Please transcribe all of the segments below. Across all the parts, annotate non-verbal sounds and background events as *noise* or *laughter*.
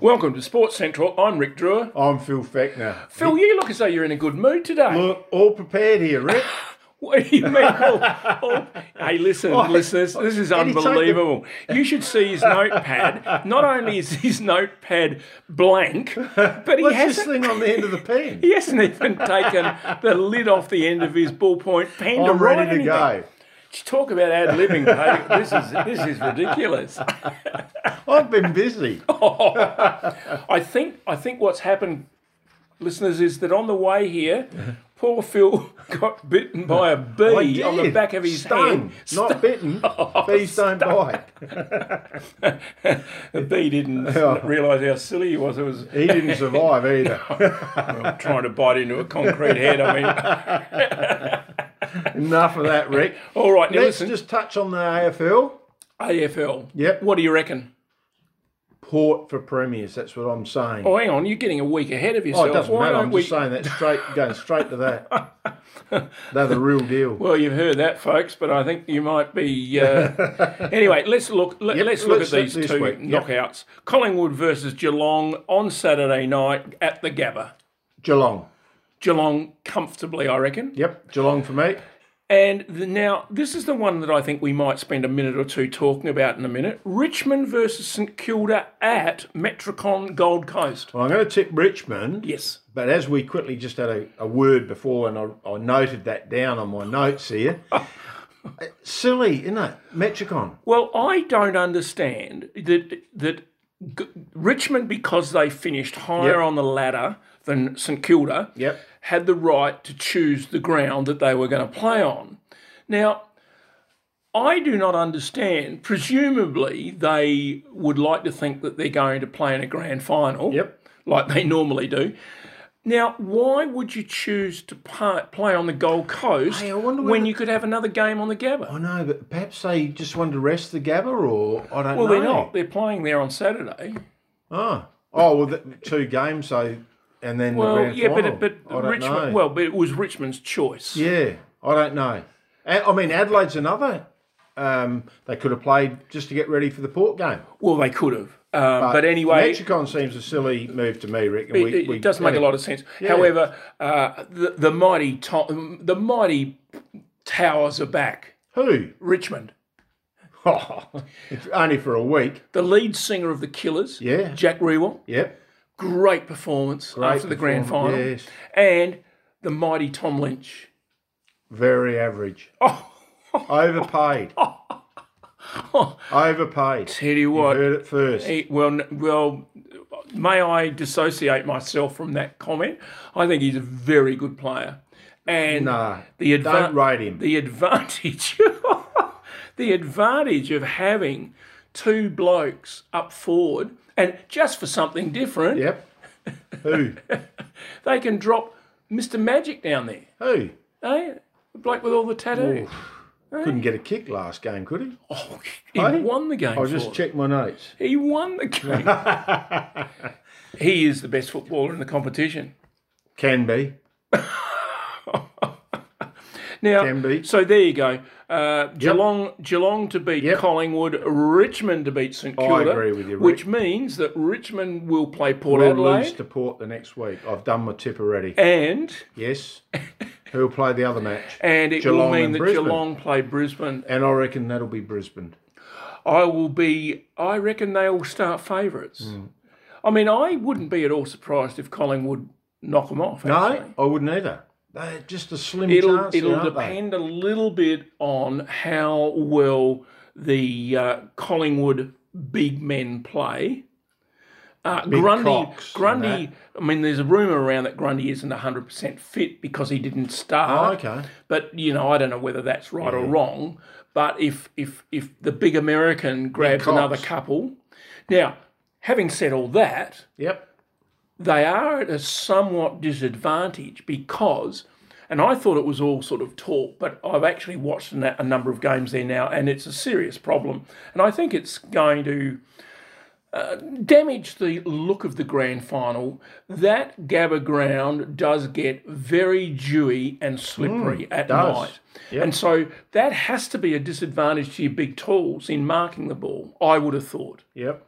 Welcome to Sports Central. I'm Rick Drewer. I'm Phil Fechner. Phil, you look as though you're in a good mood today. Look, all prepared here, *laughs* Rick. What do you mean? Oh, oh. Hey, listen, *laughs* Oh, listeners, this is and he took the- unbelievable. You should see his notepad. Not only is his notepad blank, but he What's this hasn't. thing on the end of *laughs* the pen? He hasn't even taken the lid off the end of his ballpoint pen to I'm write ready to anything. go. Talk about ad libbing, mate. This is this is ridiculous. I've been *laughs* busy. Oh, I think I think what's happened, listeners, is that on the way *laughs* here, poor Phil got bitten by a I bee on the did. back of his Oh, stung, hand. *laughs* not bitten. Bees don't bite. The bee *laughs* didn't realise how silly he was. It was He didn't *laughs* survive either. well, trying to bite into a concrete head. I *laughs* mean, Enough of that, Rick. all right, now Let's Oh, listen, just touch on the AFL. AFL. Yep. What do you reckon? Port for premiers. That's what I'm saying. Oh, hang on, you're getting a week ahead of Oh, yourself. it doesn't Why matter. don't I'm we? just saying that *laughs* straight, going straight to that. They're the real deal. Well, you've heard that, folks, but I think you might be. *laughs* Uh... anyway, let's look. Let, Yep, us look let's at look these this two week, yep. knockouts: Collingwood versus Geelong on Saturday night at the Gabba. Geelong. Geelong comfortably, I reckon. Yep, Geelong for me. And the, now this is the one that I think we might spend a minute or two talking about in a minute: Richmond versus St Kilda at Metricon Gold Coast. Well, I'm going to tip Richmond. Yes. But as we quickly just had a, a word before, and I, I noted that down on my *laughs* notes here. Silly, isn't it? Metricon. Well, I don't understand that that G- Richmond, because they finished higher Yep. on the ladder than St Kilda, Yep. had the right to choose the ground that they were going to play on. Now, I do not understand. Presumably, they would like to think that they're going to play in a grand final, Yep. like they normally do. Now, why would you choose to pa- play on the Gold Coast Hey, I wonder when whether- you could have another game on the Gabba? I know, but perhaps they just wanted to rest the Gabba, or I don't well, know. they're not. They're playing there on Saturday. Oh, oh well, the, two games, so, and then the Well, grand yeah, final. but but I don't Richmond. know. Well, but it was Richmond's choice. yeah, I don't know. A- I mean, Adelaide's another. Um, they could have played just to get ready for the Port game. Well, they could have. Um, but anyway, Metricon seems a silly move to me, Rick. and it, we- it we does make a gotta- lot of sense. However, uh, the the mighty to- the mighty towers are back. Who? Richmond, If *laughs* only for a week. the lead singer of the Killers, Yeah. Jack Rewell, Yep. great performance after the grand performance, final, yes. and the mighty Tom Lynch. Very average. Oh. Overpaid. *laughs* Overpaid. Tell you what, Heard it first. He- well, n- well, may I dissociate myself from that comment? I think he's a very good player, and Nah, the Don't advantage, rate him. the advantage, *laughs* the advantage of having two blokes up forward, and just for something different, *laughs* Yep. Who? they can drop Mister Magic down there. Who? Eh? The bloke with all the tattoos. Couldn't get a kick last game, could he? Oh, he Hey. won the game. I'll for just us. check my notes. He won the game. *laughs* he is the best footballer in the competition. Can be. Now, Can be. so there you go. Uh, Geelong, Geelong to beat Collingwood, Richmond to beat St Kilda. agree with you, Rick. Which means that Richmond will play Port We'll Adelaide, lose Eh. to Port the next week. I've done my tip already. and Yes. Who'll play the other match? and it Geelong will mean and that Brisbane. Geelong play Brisbane. And I reckon that'll be Brisbane. I will be. I reckon they will start favourites. Hmm. I mean, I wouldn't be at all surprised if Collingwood knock them off. actually. No, I wouldn't either. They're just a slim it'll chance. it'll aren't they? depend a little bit on how well the uh, Collingwood big men play. Uh, Grundy, cocks and Grundy. I mean, there's a rumor around that Grundy isn't 100 percent fit because he didn't Oh, start. okay. But you know, I don't know whether that's right or wrong. But if if if the big American grabs cocks. another couple, now having said all that, Yep. they are at a somewhat disadvantage because, and I thought it was all sort of talk, but I've actually watched a, na- a number of games there now, and it's a serious problem. And I think it's going to uh, damage the look of the grand final. That Gabba ground does get very dewy and slippery at does. night. And so that has to be a disadvantage to your big tools in marking the ball, I would have thought. Yep.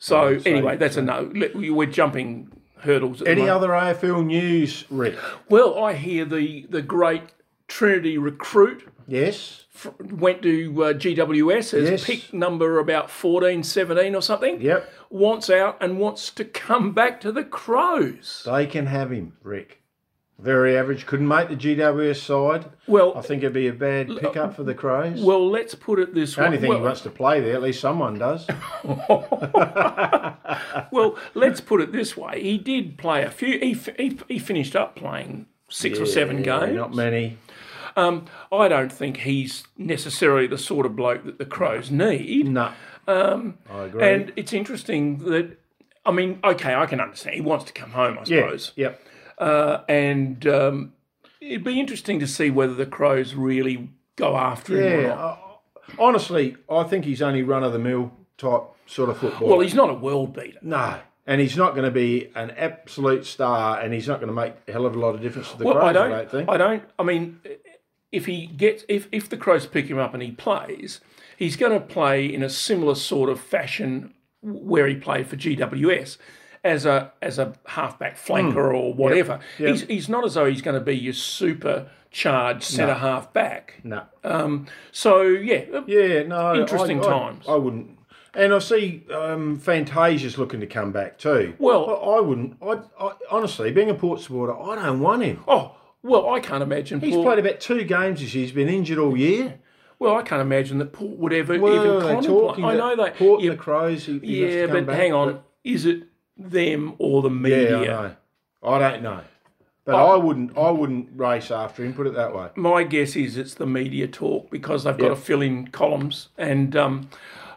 So anyway, that's a no. Let- We're jumping hurdles. At the Any moment. other AFL news, Rick? Well, I hear the the great Trinity recruit Yes. fr- went to uh, GWS as Yes. pick number about 14, 17 or something. Yep. Wants out and wants to come back to the Crows. They can have him, Rick. Very average. Couldn't make the GWS side. I Well, think it'd be a bad pickup for the Crows. well, let's put it this the way. only thing well, he wants to play there, at least someone does. Well, let's put it this way: he did play a few. He f- he, he finished up playing six or seven Yeah, games. Not many. I don't think he's necessarily the sort of bloke that the Crows need. No. I agree. And it's interesting that, I mean, okay, I can understand he wants to come home, I yeah. suppose, Yep. and um, it'd be interesting to see whether the Crows really go after him or Yeah. not. I- honestly, I think he's only run of the mill type sort of football. Well, he's not a world beater. no. And he's not going to be an absolute star, and he's not going to make a hell of a lot of difference to the Well, Crows. I don't. don't think. I don't. I mean, if he gets, if if the Crows pick him up and he plays, he's going to play in a similar sort of fashion where he played for GWS. As a as a halfback flanker Hmm. or whatever, he's he's not as though he's going to be your supercharged centre half back. no. So yeah, Yeah, no. Interesting I, I- times. I, wouldn't. And I see um, Fantasia's looking to come back too. Well- I, I wouldn't. I, I honestly, being a Port supporter, I don't want him. oh well, I can't imagine. He's Paul, played about two games this year. He's been injured all year. well, I can't imagine that Port would ever even Well, they're contemplate. talking. I that know they. Port yeah, the Crows. He, he wants to yeah, come but back, hang on, is it them or the but- yeah, media? I know. I don't know. But Oh. I wouldn't. I wouldn't race after him. Put it that way. my guess is it's the media talk because they've got to fill in columns. And um,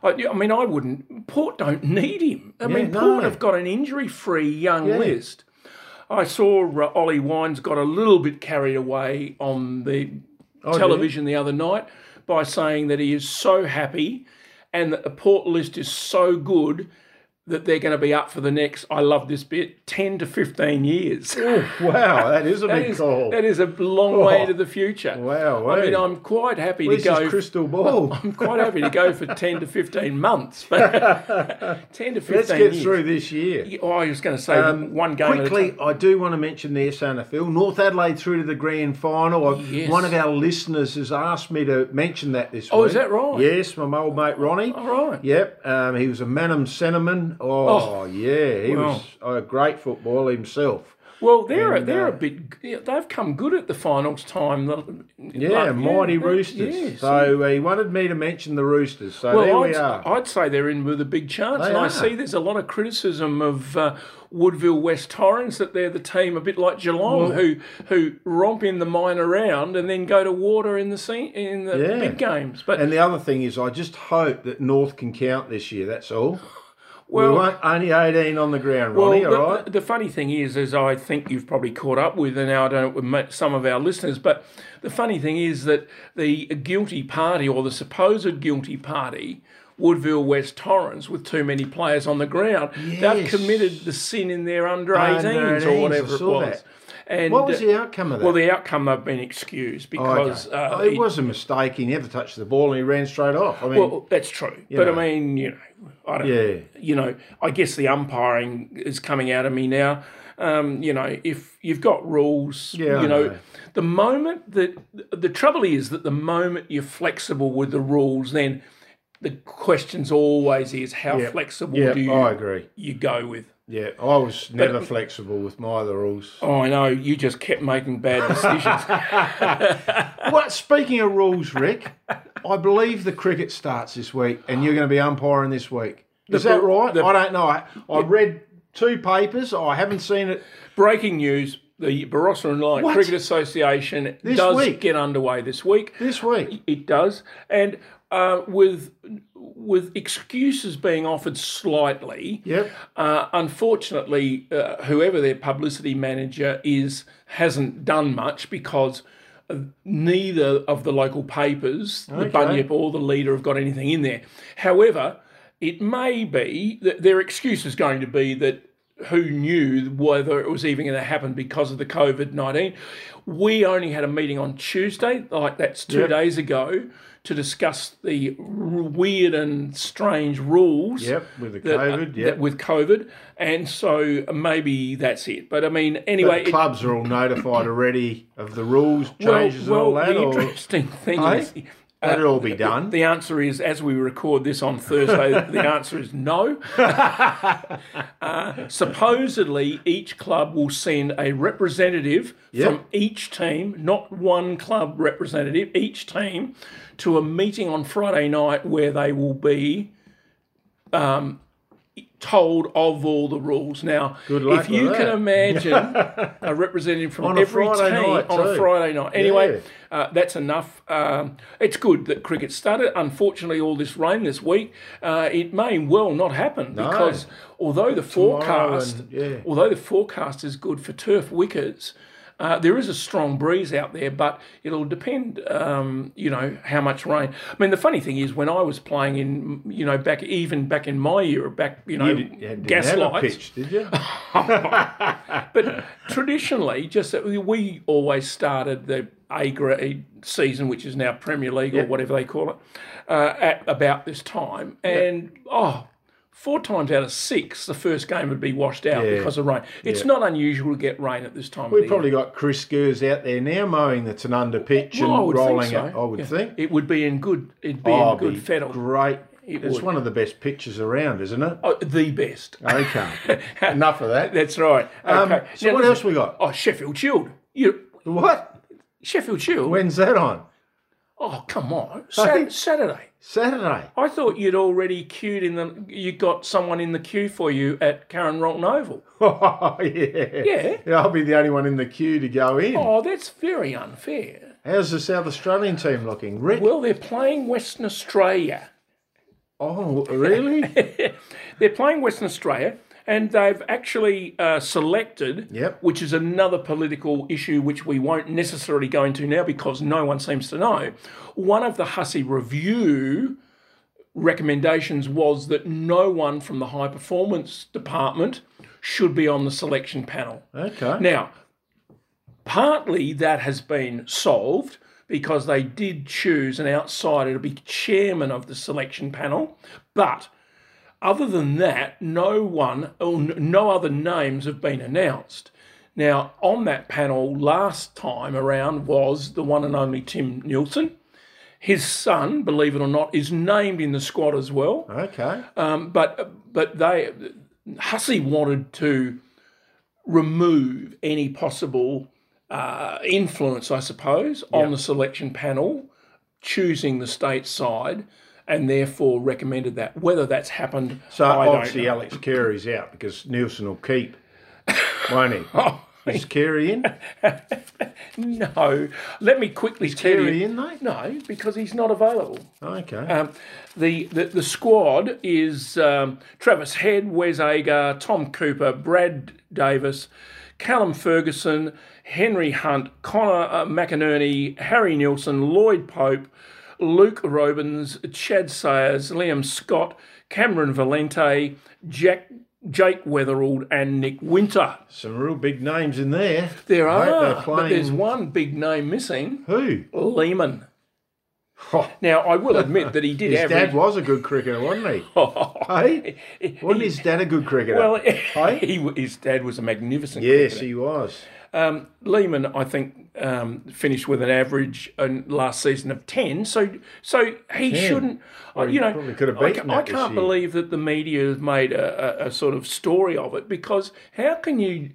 I, I mean, I wouldn't. Port don't need him. I mean, no. Port have got an injury-free young list. I saw uh, Ollie Wines got a little bit carried away on the television the other night by saying that he is so happy and that the Port list is so good that they're going to be up for the next. I love this bit. Ten to fifteen years. Wow, that is a *laughs* big That is- call. that is a long way to the future. Oh. Wow, I mean, hey. I'm quite happy Where's to go. his crystal *laughs* ball? I'm quite happy to go for ten to fifteen months, *laughs* but ten to fifteen. Let's get years. through this year. Oh, I was going to say one game At a Quickly, time. I do want to mention the SNFL. North Adelaide through to the grand final. I've- Yes. One of our listeners has asked me to mention that this Oh, week. is that right? Oh, Yes, my old mate Ronnie. All right. Yep, um, he was a Manham Cinnamon. Oh, yeah, he was a great footballer himself. Well, they're And, they're uh, a bit. yeah, They've come good at the finals time. the- Yeah, like, they- mighty Roosters. yes. so uh, he wanted me to mention the Roosters. So Well, there I'd, we are. I'd say they're in with a big chance, They and I are. see there's a lot of criticism of uh, Woodville West Torrens that they're the team a bit like Geelong, who who romp in the minor round and then go to water in the se- in the Yeah. big games. But and the other thing is, I just hope that North can count this year. *laughs* That's all. well, we weren't only 18 on the ground, well, Ronnie. the, all right. the funny thing is, as I think you've probably caught up with, and now I don't know, ma- some of our listeners, but the funny thing is that the guilty party or the supposed guilty party. Woodville West Torrens with too many players on the ground. They've Yes. committed the sin in their under Under 18s 18s, or I whatever it saw was. that. And What was uh, the outcome of that? Oh, well, the outcome they've been excused Okay. because uh, it, was a mistake. He never touched the ball and he ran straight off. I mean, well, that's true. But know. I mean, you know, I don't. Yeah. You know, I guess the umpiring is coming out of me now. Um, you know, if you've got rules, Yeah, I you know, know. the moment that the trouble is that the moment you're flexible with the rules, then the question's always is how flexible yeah, do you, I agree. you go with? Yeah, I was never flexible with my other rules. Oh, I know you just kept making bad decisions. *laughs* well, speaking of *laughs* rules, Rick, I believe the cricket starts this week and you're going to be umpiring this week. Is that right? I don't know. I, I read two papers. I haven't seen it. Breaking news: the Barossa and Light What? Cricket Association does week? get underway this week. This week, It does, and uh, with with excuses being offered slightly. yep. Uh, unfortunately, uh, whoever their publicity manager is hasn't done much because uh, neither of the local papers, the Bunyip or the Leader, have got anything in there. However, it may be that their excuse is going to be that who knew whether it was even going to happen because of the COVID 19. We only had a meeting on Tuesday, like that's two Yep. days ago, to discuss the r- weird and strange rules. Yep, with the that- uh, COVID, that- yep. With COVID. And so maybe that's it. But I mean, anyway. the it- clubs are all notified already of the rules well- changes well, and the all that. Or interesting *laughs* thing Aye? is. that'd all be done. The answer is, as we record this on Thursday, *laughs* the answer is no. *laughs* Uh, supposedly, each club will send a representative from each team, not one club representative, each team, to a meeting on Friday night where they will be um, told of all the rules. Now, luck if you with can that. *laughs* imagine a representative from a every Friday team night on a too. Friday night. Anyway, uh, that's enough. Um, it's good that cricket started. Unfortunately, all this rain this week, uh, it may well not happen because although the forecast, and- yeah. although the forecast is good for turf wickets. Uh, there is a strong breeze out there, but it'll depend, um, you know, how much rain. I mean, the funny thing is, when I was playing in, you know, back even back in my era, back, you know, You didn't have a gaslights. pitch, did you? But traditionally, just that we- we always started the A grade season, which is now Premier League or whatever they call it, uh, at about this time. And oh, four times out of six, the first game would be washed out because of rain. It's not unusual to get rain at this time. of the We've year. probably got Chris Gers out there now mowing the Tanunda pitch Well, I and would think rolling so. it. I would Yeah. think. it would be in good. It'd be Oh, in good be fettle. Great. it's would. one of the best pitches around, isn't it? Oh, the best. *laughs* Okay. Enough of that. That's right. Okay. Um, so Now, listen- what else we got? Oh, Sheffield Shield. You What? Sheffield Shield. When's that on? oh, come on. Sat- Saturday. Saturday. *laughs* I thought you'd already queued in the. You got someone in the queue for you at Karen Rolton Oval. Oh yeah. Yeah. I'll be the only one in the queue to go in. Oh, that's very unfair. How's the South Australian team looking, Rick? Well, they're playing Western Australia. *laughs* Oh, really? They're playing Western Australia, and they've actually uh, selected, Yep. which is another political issue which we won't necessarily go into now because no one seems to know. One of the Hussey Review recommendations was that no one from the high performance department should be on the selection panel. *laughs* Okay. Now, partly that has been solved because they did choose an outsider to be chairman of the selection panel, but other than that, no one or n- no other names have been announced. Now, on that panel last time around was the one and only Tim Nielsen. His son, believe it or not, is named in the squad as well okay. Uh, but but they Hussey wanted to remove any possible uh, influence, I suppose, on the selection panel choosing the state side, and therefore recommended that. Whether that's happened, so I don't obviously know. Alex Carey's out because Nielsen will keep, *laughs* won't he? Oh, Is Carey in? *laughs* no. Let me quickly tell Carey you. in, mate? No, because he's not available. Okay. Um, the, the the squad is um, Travis Head, Wes Agar, Tom Cooper, Brad Davis, Callum Ferguson, Henry Hunt, Connor uh, McInerney, Harry Nilsson, Lloyd Pope, Luke Robins, Chad Sayers, Liam Scott, Cameron Valente, Jack. Jake Weatherald and Nick Winter. Some real big names in there. There I hope are, they're but there's playing- one big name missing: Who? *laughs* Lehman. Oh, Now, I *laughs* will admit that he did his average. dad was a good *laughs* cricketer, wasn't he? hey? Wasn't his dad a good cricketer? Oh, Well, *laughs* he, his dad was a magnificent. yes, cricketer. he was. Um, Lehman, I think, um, finished with an average in last season of ten. So, so he shouldn't. I you know, probably could have I, beaten ca- I that this can't year. believe that the media has made a, a, a sort of story of it because how can you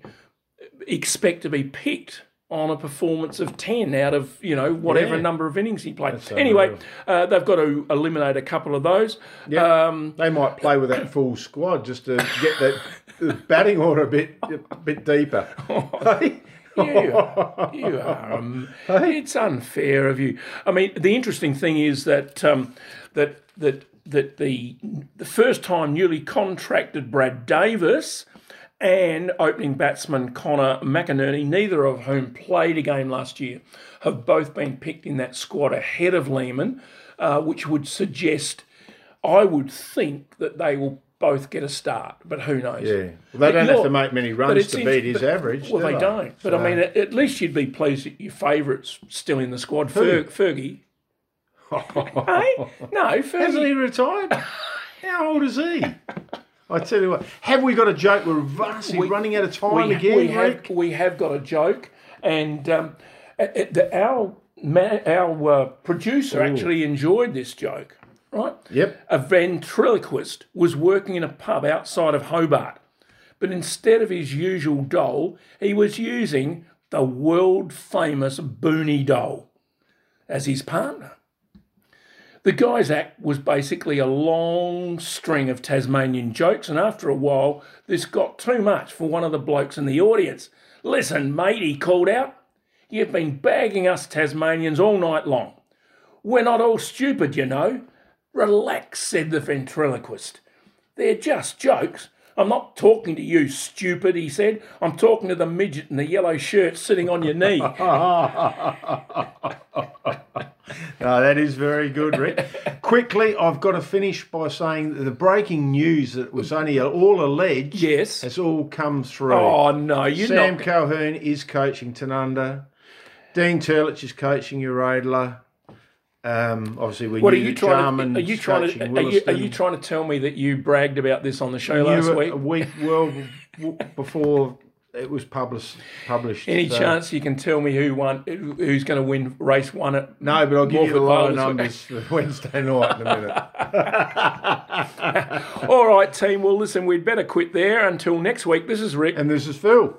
expect to be picked? On a performance of ten out of you know whatever Yeah. number of innings he played. anyway, uh, they've got to eliminate a couple of those. Um, They might play with that full squad just to get that the batting order a bit a *laughs* bit deeper. Oh, Hey? *laughs* you are. You are. Um, it's unfair of you. I mean, the interesting thing is that um, that that that the the first time newly contracted Brad Davis and opening batsman Connor McInerney, neither of whom played a game last year, have both been picked in that squad ahead of Lehman, uh, which would suggest, I would think, that they will both get a start, but who knows? Yeah. Well, they don't have you're- to make many but runs it's to in- beat his but- average. Well, do they, they don't. But So- I mean, at at least you'd be pleased that your favourites still in the squad. Fer- *laughs* Fergie, hey, no, Hasn't Fergie. *laughs* he retired? How old is he? I tell you what, have we got a joke? We're vastly running out of time again. we Rick. have we have got a joke, and um, a- a- the, our ma- our uh, producer actually enjoyed this joke. Right? Yep. A ventriloquist was working in a pub outside of Hobart, but instead of his usual doll, he was using the world famous Booney doll as his partner. The Guy's Act was basically a long string of Tasmanian jokes, and after a while, this got too much for one of the blokes in the audience. Listen, mate, he called out, you've been bagging us Tasmanians all night long. We're not all stupid, you know. Relax, said the ventriloquist. They're just jokes. I'm not talking to you, stupid, he said. I'm talking to the midget in the yellow shirt sitting on your *laughs* knee. No, that is very *laughs* good, Rick. Quickly, I've got to finish by saying that the breaking news that was only all alleged yes. has all come through. Oh, no, you're Sam not. Calhoun is coaching Tanunda. Dean Turlich is coaching Uradler. Um, obviously, we What are knew you that trying Jarman's to? Are you trying to? coaching Are you, are Williston. you trying to tell me that you bragged about this on the show You last were week? A week well w- before it was published. Published. Any so- chance you can tell me who won? Who's going to win race one? At No, but I'll give you Morford the lower Bowl this week? numbers for Wednesday night in a minute. All right, team. Well, listen, we'd better quit there until next week. This is Rick. And this is Phil.